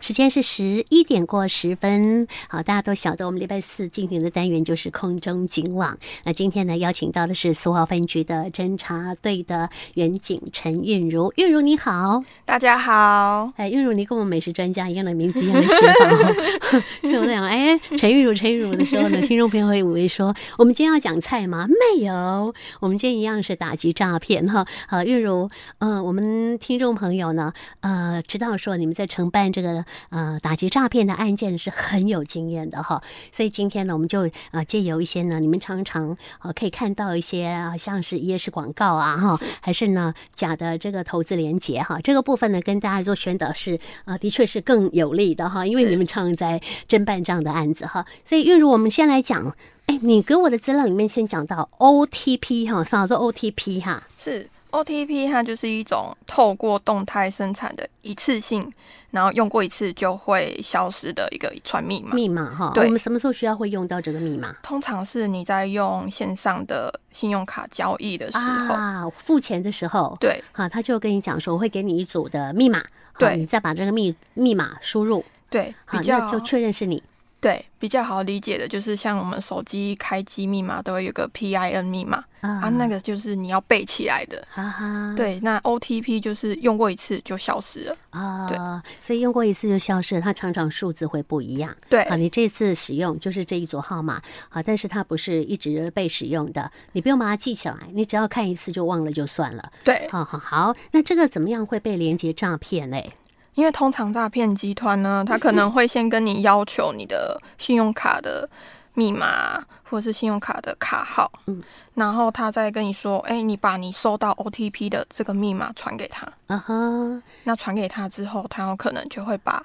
时间是十一点过十分。好，大家都晓得我们礼拜四进行的单元就是空中警网。那今天呢，邀请到的是苏澳分局的侦查队的员警陈韵如，韵如你好。大家好，哎，韵如，你跟 我们美食专家一样的名字，一样的写法哦。所以我在想，哎，陈韵如，陈韵如 的时候呢，听众朋友会以为说，我们今天要讲菜吗？没有，我们今天一样是打击诈骗哈。好，韵如，呃，我们听众朋友呢，呃，知道说你们在承办这个呃打击诈骗的案件是很有经验的哈。所以今天呢，我们就呃借由一些呢，你们常常呃可以看到一些啊像是夜市广告啊哈，还是呢假的这个投资连结哈，这个部分呢跟大家做宣导是啊、呃的确是更有利的哈，因为是你们常常在侦办这样的案子哈，所以韵如我们先来讲，哎，你给我的资料里面先讲到 OTP 哈，啥叫 OTP 哈？是 OTP，它就是一种透过动态生产的一次性，然后用过一次就会消失的一个传密码。密码哈，对我们什么时候需要会用到这个密码？通常是你在用线上的信用卡交易的时候，啊，付钱的时候，对啊，他就跟你讲说，我会给你一组的密码，好对你再把这个密密码输入，对，好比，较那就确认是你。对比较好理解的，就是像我们手机开机密码都会有个 PIN 密码啊啊，那个就是你要背起来的。哈哈，对，那 OTP 就是用过一次就消失了。啊，所以用过一次就消失了，它常常数字会不一样。对，啊，你这次使用就是这一组号码，啊，但是它不是一直被使用的，你不用把它记起来，你只要看一次就忘了就算了。对，好好好，那这个怎么样会被连接诈骗嘞？因为通常诈骗集团嗯呢，他可能会先跟你要求你的信用卡的密码或者是信用卡的卡号，嗯，然后他再跟你说，哎、你把你收到 OTP 的这个密码传给他，啊哈，那传给他之后，他有可能就会把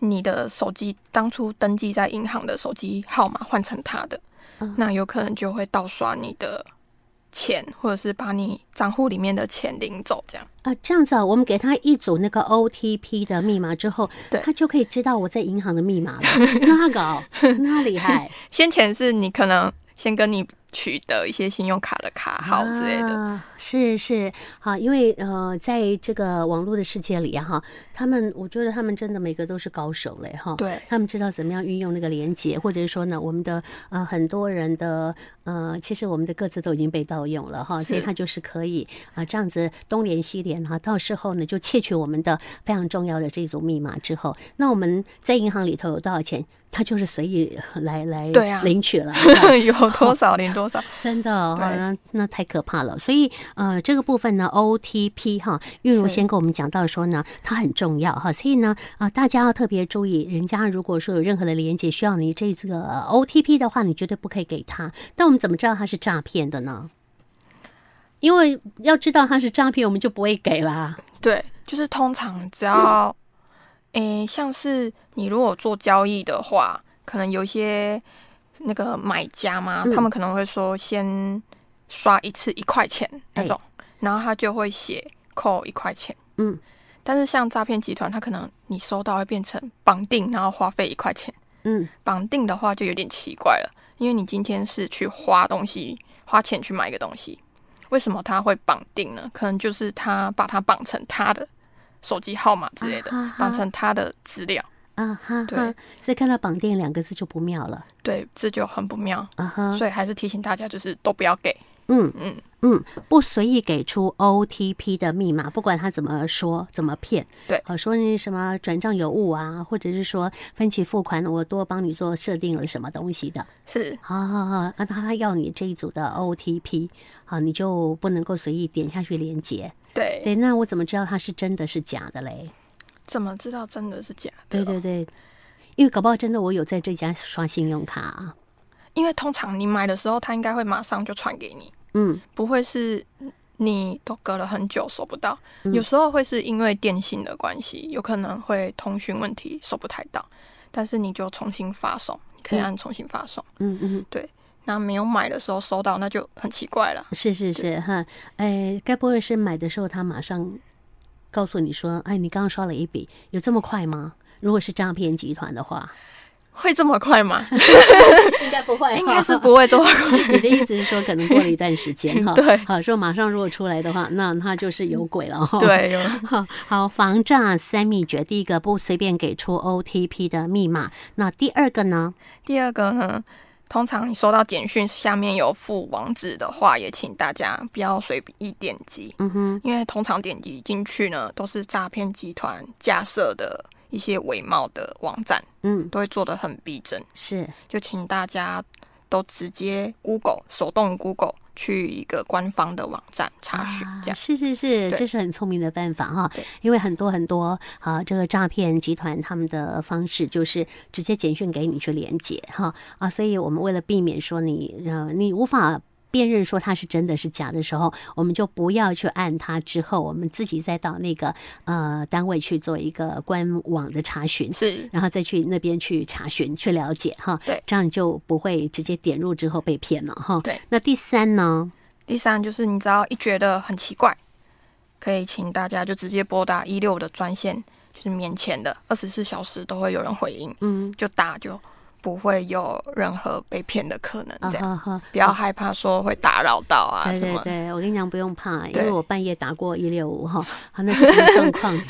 你的手机当初登记在银行的手机号码换成他的，嗯那有可能就会盗刷你的钱，或者是把你账户里面的钱领走，这样。啊，这样子啊，我们给他一组那个 OTP 的密码之后，对他就可以知道我在银行的密 码了。那个，那厉害，先前是你可能先跟你取得一些信用卡的卡号之类的，啊是是，好，因为呃，在这个网络的世界里啊哈、他们我觉得他们真的每个都是高手嘞哈。对他们知道怎么样运用那个连接，或者是说呢，我们的呃很多人的呃，其实我们的各自都已经被盗用了哈，所以是它就是可以啊、这样子东连西连哈，到时候呢就窃取我们的非常重要的这组密码之后，那我们在银行里头有多少钱，他就是随意来来对啊领 取了。是吧 有多少领多少，真的哦，对哇那那太可怕了。所以呃，这个部分呢，OTP 哈，韵如是先跟我们讲到说呢，它很重要哈，所以呢，啊、大家要特别注意，人家如果说有任何的连接需要你这个呃 OTP 的话，你绝对不可以给他。但我们怎么知道它是诈骗的呢？因为要知道它是诈骗，我们就不会给啦。 对，就是通常只要，诶、像是你如果做交易的话，可能有一些那个买家嘛，嗯他们可能会说先刷一次一块钱那哎种，然后他就会写扣一块钱，嗯，但是像诈骗集团，他可能你收到会变成绑定，然后花费一块钱。嗯，绑定的话就有点奇怪了，因为你今天是去花东西，花钱去买一个东西，为什么他会绑定呢？可能就是他把它绑成他的手机号码之类的啊哈哈，绑成他的资料，啊哈哈对，所以看到“绑定”两个字就不妙了对，这就很不妙。啊哈。所以还是提醒大家，就是都不要给。嗯嗯，嗯，不随意给出 OTP 的密码，不管他怎么说、怎么骗，对好、说你什么转账有误啊，或者是说分期付款，我多帮你做设定了什么东西的，是好好好，啊，那他要你这一组的 OTP，好，你就不能够随意点下去连接。对，对，那我怎么知道它是真的是假的嘞？怎么知道真的是假的？哦对对，对，因为搞不好真的我有在这家刷信用卡啊，因为通常你买的时候，他应该会马上就传给你，嗯，不会是你都隔了很久收不到，有时候会是因为电信的关系，有可能会通讯问题收不太到，但是你就重新发送，你可以按重新发送。嗯嗯。那没有买的时候收到，那就很奇怪了。是是是哈，哎，该不会是买的时候他马上告诉你说，哎，你刚刚刷了一笔，有这么快吗？如果是诈骗集团的话，会这么快吗？ 应该不 会，啊应该是不会这 么快。你的意思是说，可能过了一段时间 哈，对好说马上如果出来的话，那他就是有鬼了哈。，对，有好，好，防诈三秘诀，第一个不随便给出 OTP 的密码，那第二个呢？第二个呢，通常你收到简讯下面有附网址的话，也请大家不要随意点击，嗯哼，因为通常点击进去呢，都是诈骗集团架设的一些伪冒的网站，嗯，都会做的很逼真，是，就请大家都直接 Google 手动 Google 去一个官方的网站查询，这啊样是是是，对这是很聪明的办法哈对。因为很多很多啊、这个诈骗集团他们的方式就是直接简讯给你去连接哈啊，所以我们为了避免说你呃你无法。辨认说它是真的是假的时候，我们就不要去按它。之后，我们自己再到那个呃单位去做一个官网的查询，是然后再去那边去查询、去了解哈。对这样你就不会直接点入之后被骗了哈。对。那第三呢？第三就是你只要一觉得很奇怪，可以请大家就直接拨打一六的专线，就是免钱的，二十四小时都会有人回应，嗯，就打就不会有任何被骗的可能，啊这样、哈哈，不要害怕说会打扰到啊对什对么。对，我跟你讲不用怕，因对为我半夜打过一六五哈，啊那是什么状 况？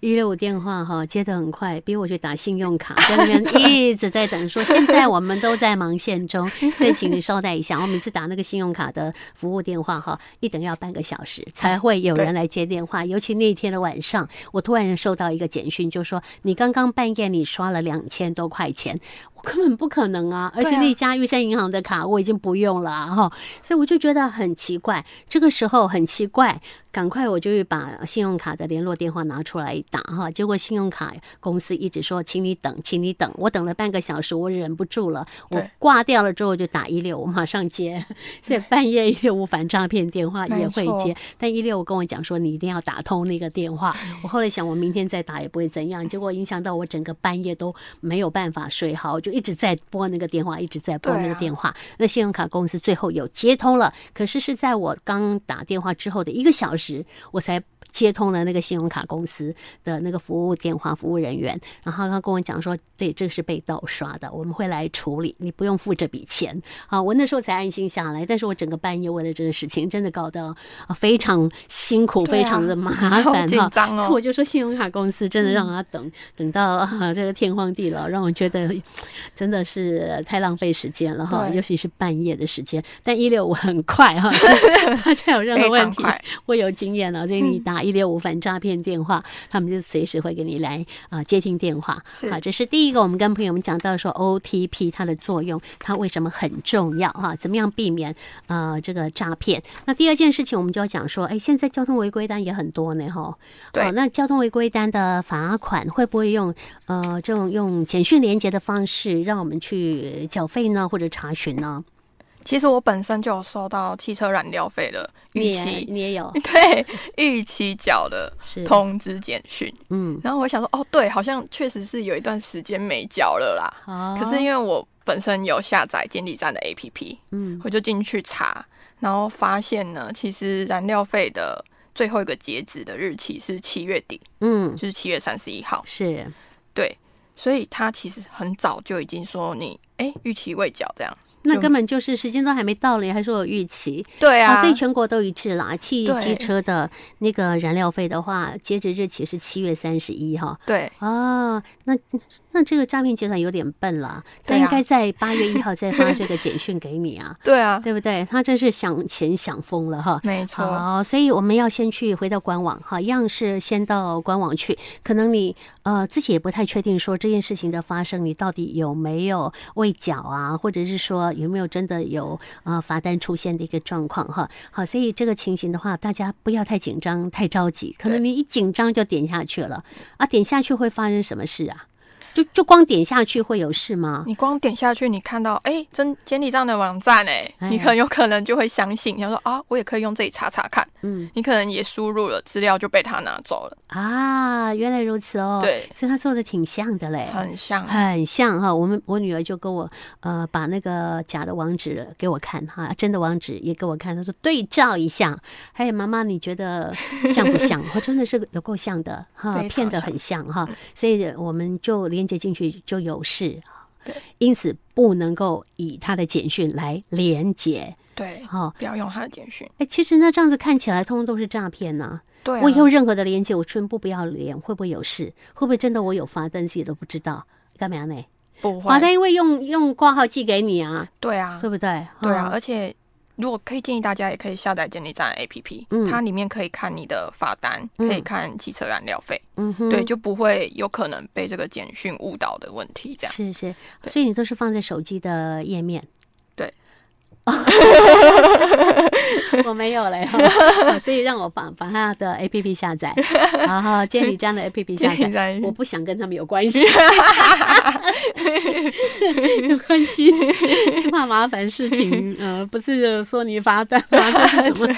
一六五电话哈接的很快，比我去打信用卡在那边一直在等，说现在我们都在忙线中，所以请你稍待一下。我每次打那个信用卡的服务电话哈，一等要半个小时才会有人来接电话，尤其那天的晚上，我突然收到一个简讯，就说你刚刚半夜你刷了两千多块钱，我根本不可能啊，而且对啊那家玉山银行的卡我已经不用了啊哈、所以我就觉得很奇怪，这个时候很奇怪，赶快我就去把信用卡的联络电话拿出来打哈，结果信用卡公司一直说请你等，请你等，我等了半个小时，我忍不住了，我对挂掉了之后就打一六，我马上接，所以半夜一六五反诈骗电话也会没接错，但一六五跟我讲说你一定要打通那个电话，哎我后来想我明天再打也不会怎样，结果影响到我整个半夜都没有办法睡好，我就一直在拨那个电话，一直在拨那对个啊电话。那信用卡公司最后有接通了，可是是在我刚打电话之后的一个小时，我才。接通了那个信用卡公司的那个服务电话服务人员，然后他跟我讲说，对，这是被盗刷的，我们会来处理，你不用付这笔钱。啊，我那时候才安心下来，但是我整个半夜为了这个事情，真的搞得啊非常辛苦，对啊非常的麻烦好哈。紧张 哦嗯所以我就说，信用卡公司真的让他等、等到啊这个天荒地老，让我觉得真的是太浪费时间了哈，对尤其是半夜的时间。但一六五很快 哈，所以大家有任何非问常题， 快，我有经验了，所以嗯你打一六五反诈骗电话，他们就随时会给你来啊、呃接听电话。啊是好，这是第一个，我们跟朋友们讲到说 OTP 它的作用，它为什么很重要啊？怎么样避免呃这个诈骗？那第二件事情，我们就要讲说，哎，现在交通违规单也很多呢，哈。对哦那交通违规单的罚款会不会用呃这种用简讯连接的方式让我们去缴费呢，或者查询呢？其实我本身就有收到汽车燃料费的你预也 期，你也有对预期缴的是通知简讯，嗯，然后我想说，哦，对，好像确实是有一段时间没缴了啦。好，可是因为我本身有下载监理站的 APP，嗯我就进去查，然后发现呢，其实燃料费的最后一个截止的日期是七月底，嗯就是七月三十一号。是。对，所以他其实很早就已经说你，哎，逾期未缴这样。那就根本就是时间都还没到嘞，还说有预期对啊，哦所以全国都一致啦。汽对机车的那个燃料费的话，截止日期是七月三十一哈。对哦，那那这个诈骗集团有点笨啦，他对啊，应该在八月一号再发这个简讯给你啊对啊，对不对？他真是想钱想疯了哈。没错，好，所以我们要先去回到官网哈，一样是先到官网去。可能你呃自己也不太确定说这件事情的发生，你到底有没有未缴啊，或者是说有没有真的有呃罚单出现的一个状况哈。好，所以这个情形的话，大家不要太紧张、太着急，可能对你一紧张就点下去了啊，点下去会发生什么事啊？就就光点下去会有事吗？你光点下去，你看到哎，真监理站的网站哎哎，你很有可能就会相信，想说啊，我也可以用这里查查看。嗯你可能也输入了资料就被他拿走了，啊，原来如此哦。，对，所以他做的挺像的嘞。很像。很像哈，我们我女儿就跟我呃把那个假的网址给我看哈，真的网址也给我看，她说对照一下，哎妈妈你觉得像不像？我真的是有够像 的哈，非常嗯骗得很像哈，所以我们就连接进去就有事对，因此不能够以他的简讯来连接对，哈。不要用他的简讯。哎，其实那这样子看起来，通通都是诈骗呐、对、啊，我以后任何的连接，我全部不要连，会不会有事？会不会真的我有发，但自己都不知道？干嘛呢？不华会。哦单因为用用挂号寄给你啊，对啊对，不对？对啊，嗯而且如果可以建议大家，也可以下载监理站 APP，、嗯它里面可以看你的罚单，嗯可以看汽车燃料费，嗯哼，对，，就不会有可能被这个简讯误导的问题。这样是是，对所以你都是放在手机的页面。对， 我没有嘞、哈 啊所以让我把把他的 A P P 下载，然后监理站的 A P P 下载。 载我不想跟他们有关 系，有关系就怕麻烦事 情。呃，不是说你罚单啊，就是什么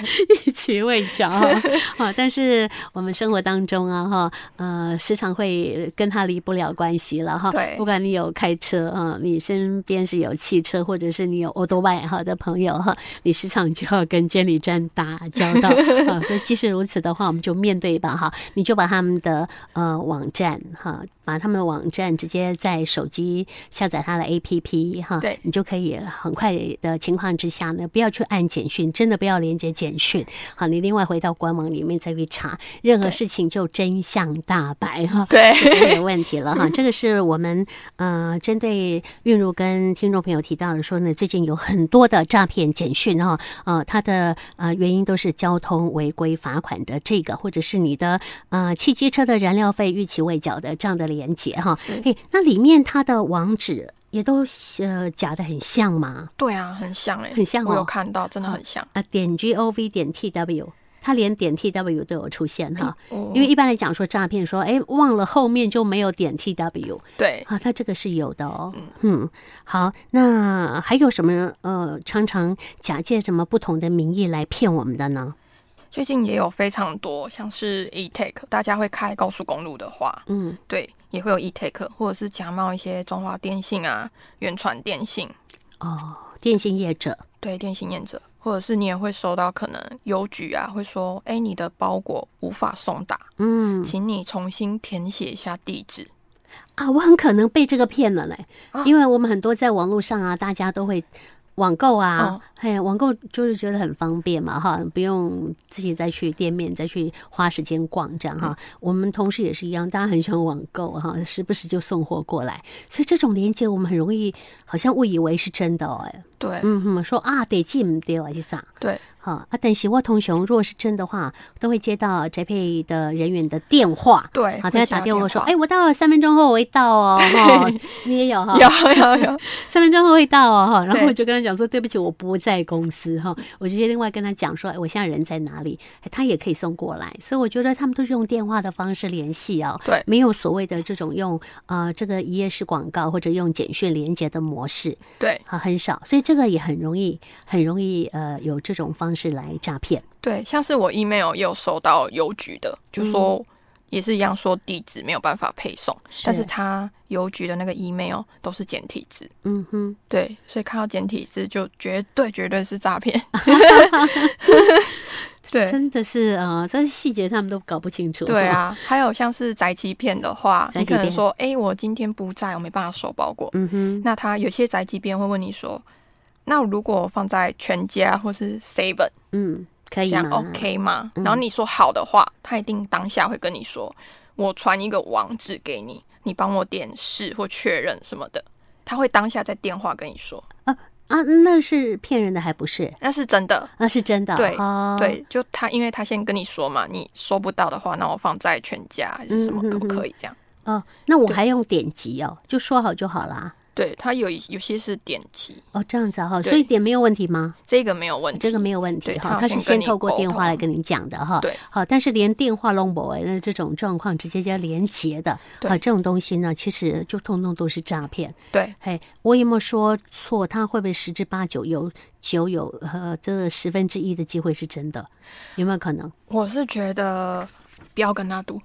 一起喂教啊。 啊但是我们生活当中啊，哈，呃，时常会跟他离不了关系了哈。对不管你有开车啊，你身边是有汽车，或者是你有 o d o b i 哈的朋友哈，你时常就要跟监理站打交 道啊。所以即使如此的话，我们就面对吧哈。你就把他们的呃网站哈，把他们的网站直接在手机下载它的 APP 哈，对你就可以很快的情况之下呢，不要去按简讯，真的不要连接简讯，好，你另外回到官网里面再去查，任何对事情就真相大白 哈。 对没有问题了哈。这个是我们呃针对韵如跟听众朋友提到的说呢，最近有很多的诈骗简讯哈，呃，它的呃原因都是交通违规罚款的这个，或者是你的呃汽机车的燃料费逾期未缴的这样的连结哈。是嘿，那里面它的网址也都呃假的很像嘛，对啊，很像哎、很像我有哦看到，真的很像。啊点 g o v 点 t w，它连点 t w 都有出现哈。哦因为一般来讲说诈骗说，哎，忘了后面就没有点 t w，对，啊，它这个是有的哦。嗯，好，那还有什么呃，常常假借什么不同的名义来骗我们的呢？最近也有非常多，像是 e take，大家会开高速公路的话，嗯，对，也会有 e take，或者是假冒一些中华电信啊、远传电信，哦，电信业者，对电信业者，或者是你也会收到可能邮局啊会说，哎，你的包裹无法送达，嗯请你重新填写一下地址。啊，我很可能被这个骗了嘞，啊因为我们很多在网络上啊，大家都会。网购啊哦，哎、网购就是觉得很方便嘛，哈，不用自己再去店面再去花时间逛这样哈。嗯我们同事也是一样，大家很喜欢网购哈，时不时就送货过来，所以这种连接我们很容易好像误以为是真的哦、哎对、嗯哼，说啊，地址唔对还是啥？对，好啊，但是我通常如果是真的话，都会接到 JP 的人员的电话。对，好，他会接打到电话说：“哎、哎，我到三分钟后我会到 哦。”哈，你也有哈，有有有，三分钟后会到哦。哈，然后对我就跟他讲说：“对不起，我不在公司哈。”我就另外跟他讲说：“哎，我现在人在哪里？”哎他也可以送过来，所以我觉得他们都是用电话的方式联系哦。对没有所谓的这种用呃这个一页式广告或者用简讯连接的模式。对啊，很少，所以这个也很容易，很容易呃有这种方式来诈骗。对，像是我 email 也有收到邮局的，就说。嗯也是一样，说地址没有办法配送，但是他邮局的那个 email 都是简体字，嗯哼，对，所以看到简体字就绝对绝对是诈 骗。 对真的是呃，这些细节他们都搞不清楚。对，啊，还有像是宅急便的话，宅你急可能便说，哎、我今天不在，我没办法收包裹。嗯哼，那他有些宅急便会问你说，那如果放在全家或是 Seven 嗯，可这以样吗 OK 吗？嗯然后你说好的话，他一定当下会跟你说，我传一个网址给你，你帮我点是或确认什么的，他会当下在电话跟你说，啊，那是骗人的还不是？那是真的。啊，是真的。对哦、对，就他，因为他先跟你说嘛，你收不到的话，那我放在全家还是什么，嗯嗯可不嗯可以这样？哦，那我还用点击哦，就说好就好啦。对，它有一有些是点击，哦，这样子哈、对所以点没有问题吗？这个没有问题，这个没有问题对哈，他他要是先先跟你透过沟电话通来跟你讲的哈。对，好，但是连电话弄不哎，那这种状况直接叫连结的，对啊，这种东西呢，其实就通通都是诈骗。对嘿，我有没有说错？他会不会十之八九有九有呃，这个十分之一的机会是真的？有没有可能？我是觉得不要跟他赌。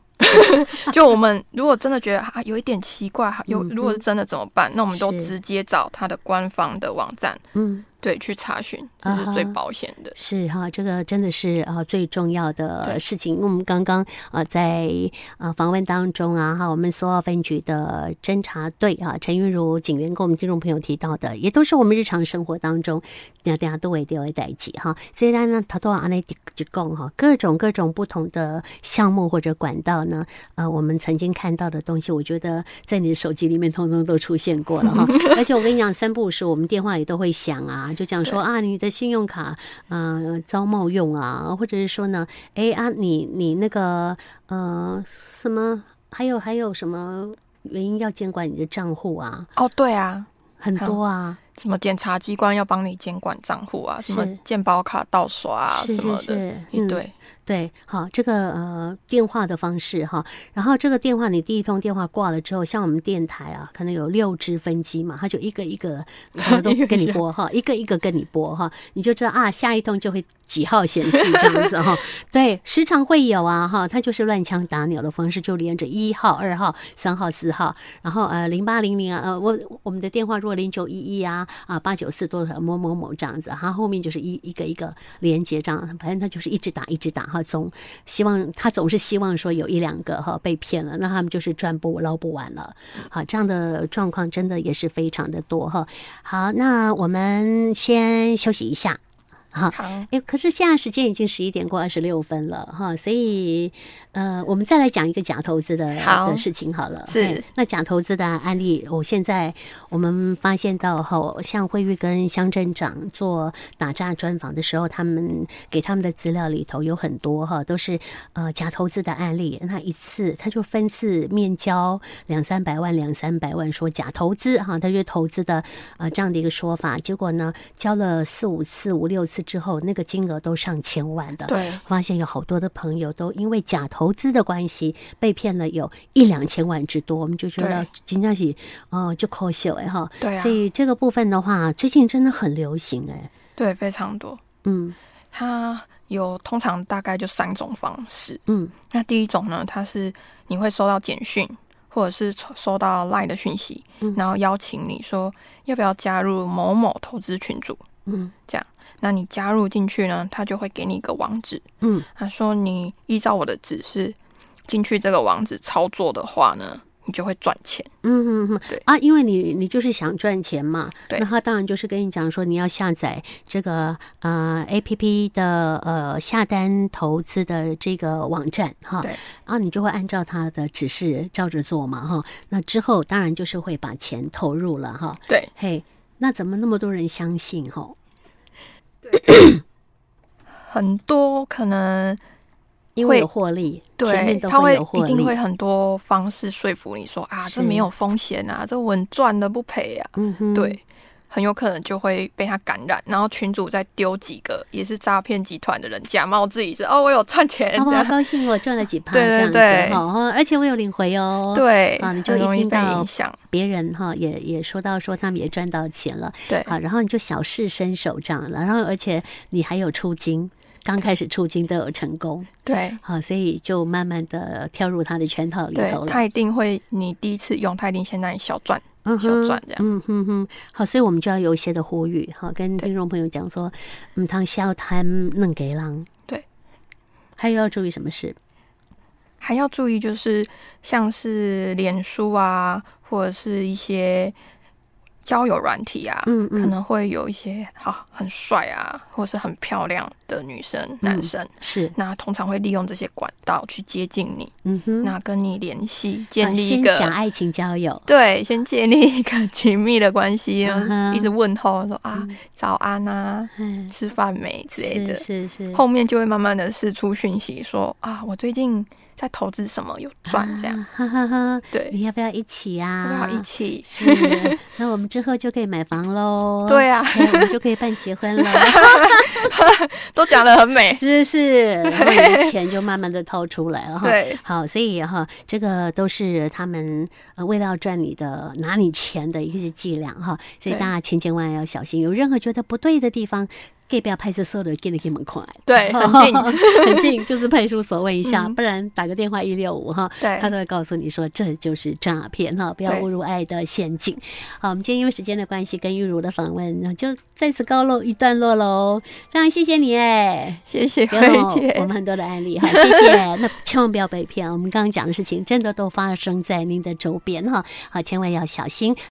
就我们如果真的觉得啊有一点奇怪，有嗯如果是真的怎么办？那我们都是直接找他的官方的网站，嗯，对，去查询，这啊哈是最保险的。是哈，这个真的是啊、呃最重要的对事情。因为我们刚刚啊、呃在啊、呃访问当中啊哈，我们所有分局的侦查队啊，陈玉如警员跟我们听众朋友提到的，也都是我们日常生活当中大家都会都会代际哈。所以呢，那他都安内一共哈，各种各种不同的项目或者管道呢，呃，我们曾经看到的东西，我觉得在你的手机里面通通都出现过了 哈。而且我跟你讲，三不五时我们电话也都会响啊，就讲说啊，你的信用卡呃遭冒用啊，或者是说呢，哎啊，你你那个呃什么，还有还有什么原因要监管你的账户啊，哦，对啊，很多啊，什么检察机关要帮你监管账户啊，是什么健保卡盗刷啊是什是么的，是，一嗯。对，对，好，这个呃电话的方式哈，然后这个电话你第一通电话挂了之后，像我们电台啊，可能有六支分机嘛，它就一个一 个呃都跟你播哈，一个一个跟你播哈，你就知道啊下一通就会几号显示这样子 哈。对，时常会有啊哈，它就是乱枪打鸟的方式，就连着一号、二号、三号、四号，然后呃零八零零啊，呃我我们的电话如果零九一一啊啊八九四多少某某某这样子，它后面就是一一个一个连接这样，反正它就是一直打一直打哈，总希望他总是希望说有一两个哈被骗了，那他们就是赚不捞不完了，好这样的状况真的也是非常的多哈。好，那我们先休息一下。好，哎，可是现在时间已经十一点过二十六分了哈，所以呃，我们再来讲一个假投资的好的事情好了。是哎那假投资的案例，我现在我们发现到哈，像惠玉跟乡镇长做打诈专访的时候，他们给他们的资料里头有很多哈，都是呃假投资的案例。那一次他就分次面交两三百万、两三百万，说假投资哈，他就投资的呃这样的一个说法。结果呢，交了四五次、五六次之后，那个金额都上千万的。对，发现有好多的朋友都因为假投资的关系被骗了有一两千万之多，我们就觉得对今天是哦就可惜哎哈。对啊所，以这个部分的话，最近真的很流行哎。对，非常多。嗯它有通常大概就三种方式。嗯那第一种呢，它是你会收到简讯，或者是收收到 LINE 的讯息，嗯然后邀请你说要不要加入某某投资群组。嗯那你加入进去呢，他就会给你一个网址，嗯，他说你依照我的指示进去这个网址操作的话呢，你就会赚钱。嗯嗯嗯对，啊，因为你你就是想赚钱嘛，对那他当然就是跟你讲说你要下载这个呃 A P P 的呃下单投资的这个网站哈，对啊，你就会按照他的指示照着做嘛哈，那之后当然就是会把钱投入了哈，对，嘿，那怎么那么多人相信哈？很多可能因为会有获利，前对面都他有获一利，定会很多方式说服你说啊，是这没有风险啊，这稳赚的不赔啊。嗯哼，对，很有可能就会被他感染，然后群主再丢几个也是诈骗集团的人，假冒自己是哦，我有赚钱啊，我好的，高兴，我赚了几趴对这样对子对哈，哦而且我有领回哦，。对，啊你就很一容易听被到影响，别人哈也也说到说他们也赚到钱了，对好，然后你就小试身手这样了，然后而且你还有出金，刚开始出金都有成功，对。好，所以就慢慢的跳入他的圈套里对头，了，他一定会，你第一次用，他一定先让你小赚。嗯小哼赚这样嗯哼哼，好，所以我们就要有一些的呼吁，哈，跟对听众朋友讲说，嗯，汤消贪弄给狼，对，还有要注意什么事？还要注意，就是像是脸书啊，或者是一些交友软体啊，嗯可嗯，能会有一些啊很帅啊，或者是很漂亮，的女生、男生，是，那通常会利用这些管道去接近你，嗯哼，那跟你联系，呃建立一先个、讲爱情交友，对，先建立一个亲密的关 系，嗯然哼后一直问候说啊、早安啊，嗯，吃饭没之类的。是是是，后面就会慢慢的释出讯息说啊，我最近在投资什么有赚这样，啊，哈哈哈，对，你要不要一起要啊？不要一起？是，那我们之后就可以买房喽。对啊哎，我们就可以办结 婚了。都讲的很美，就是，然后你的钱就慢慢的掏出来了哈。对好，所以哈，这个都是他们呃为了要赚你的、拿你钱的一些伎俩哈，所以对大家千千万万要小心，有任何觉得不对的地方。给不要派出所的，给你给门快， 对很近哦很近，就是派出所问一下，嗯不然打个电话一六五哈，对他都会告诉你说这就是诈骗哈，不要哎对误入爱的陷阱。好，我们今天因为时间的关系，跟玉茹的访问就在此告露一段落喽，非常谢谢你 哎。谢谢有慧姐我，们很多的案例哈，谢谢。 那千万不要被骗，我们刚刚讲的事情真的都发生在您的周边哈，好，千万要小心。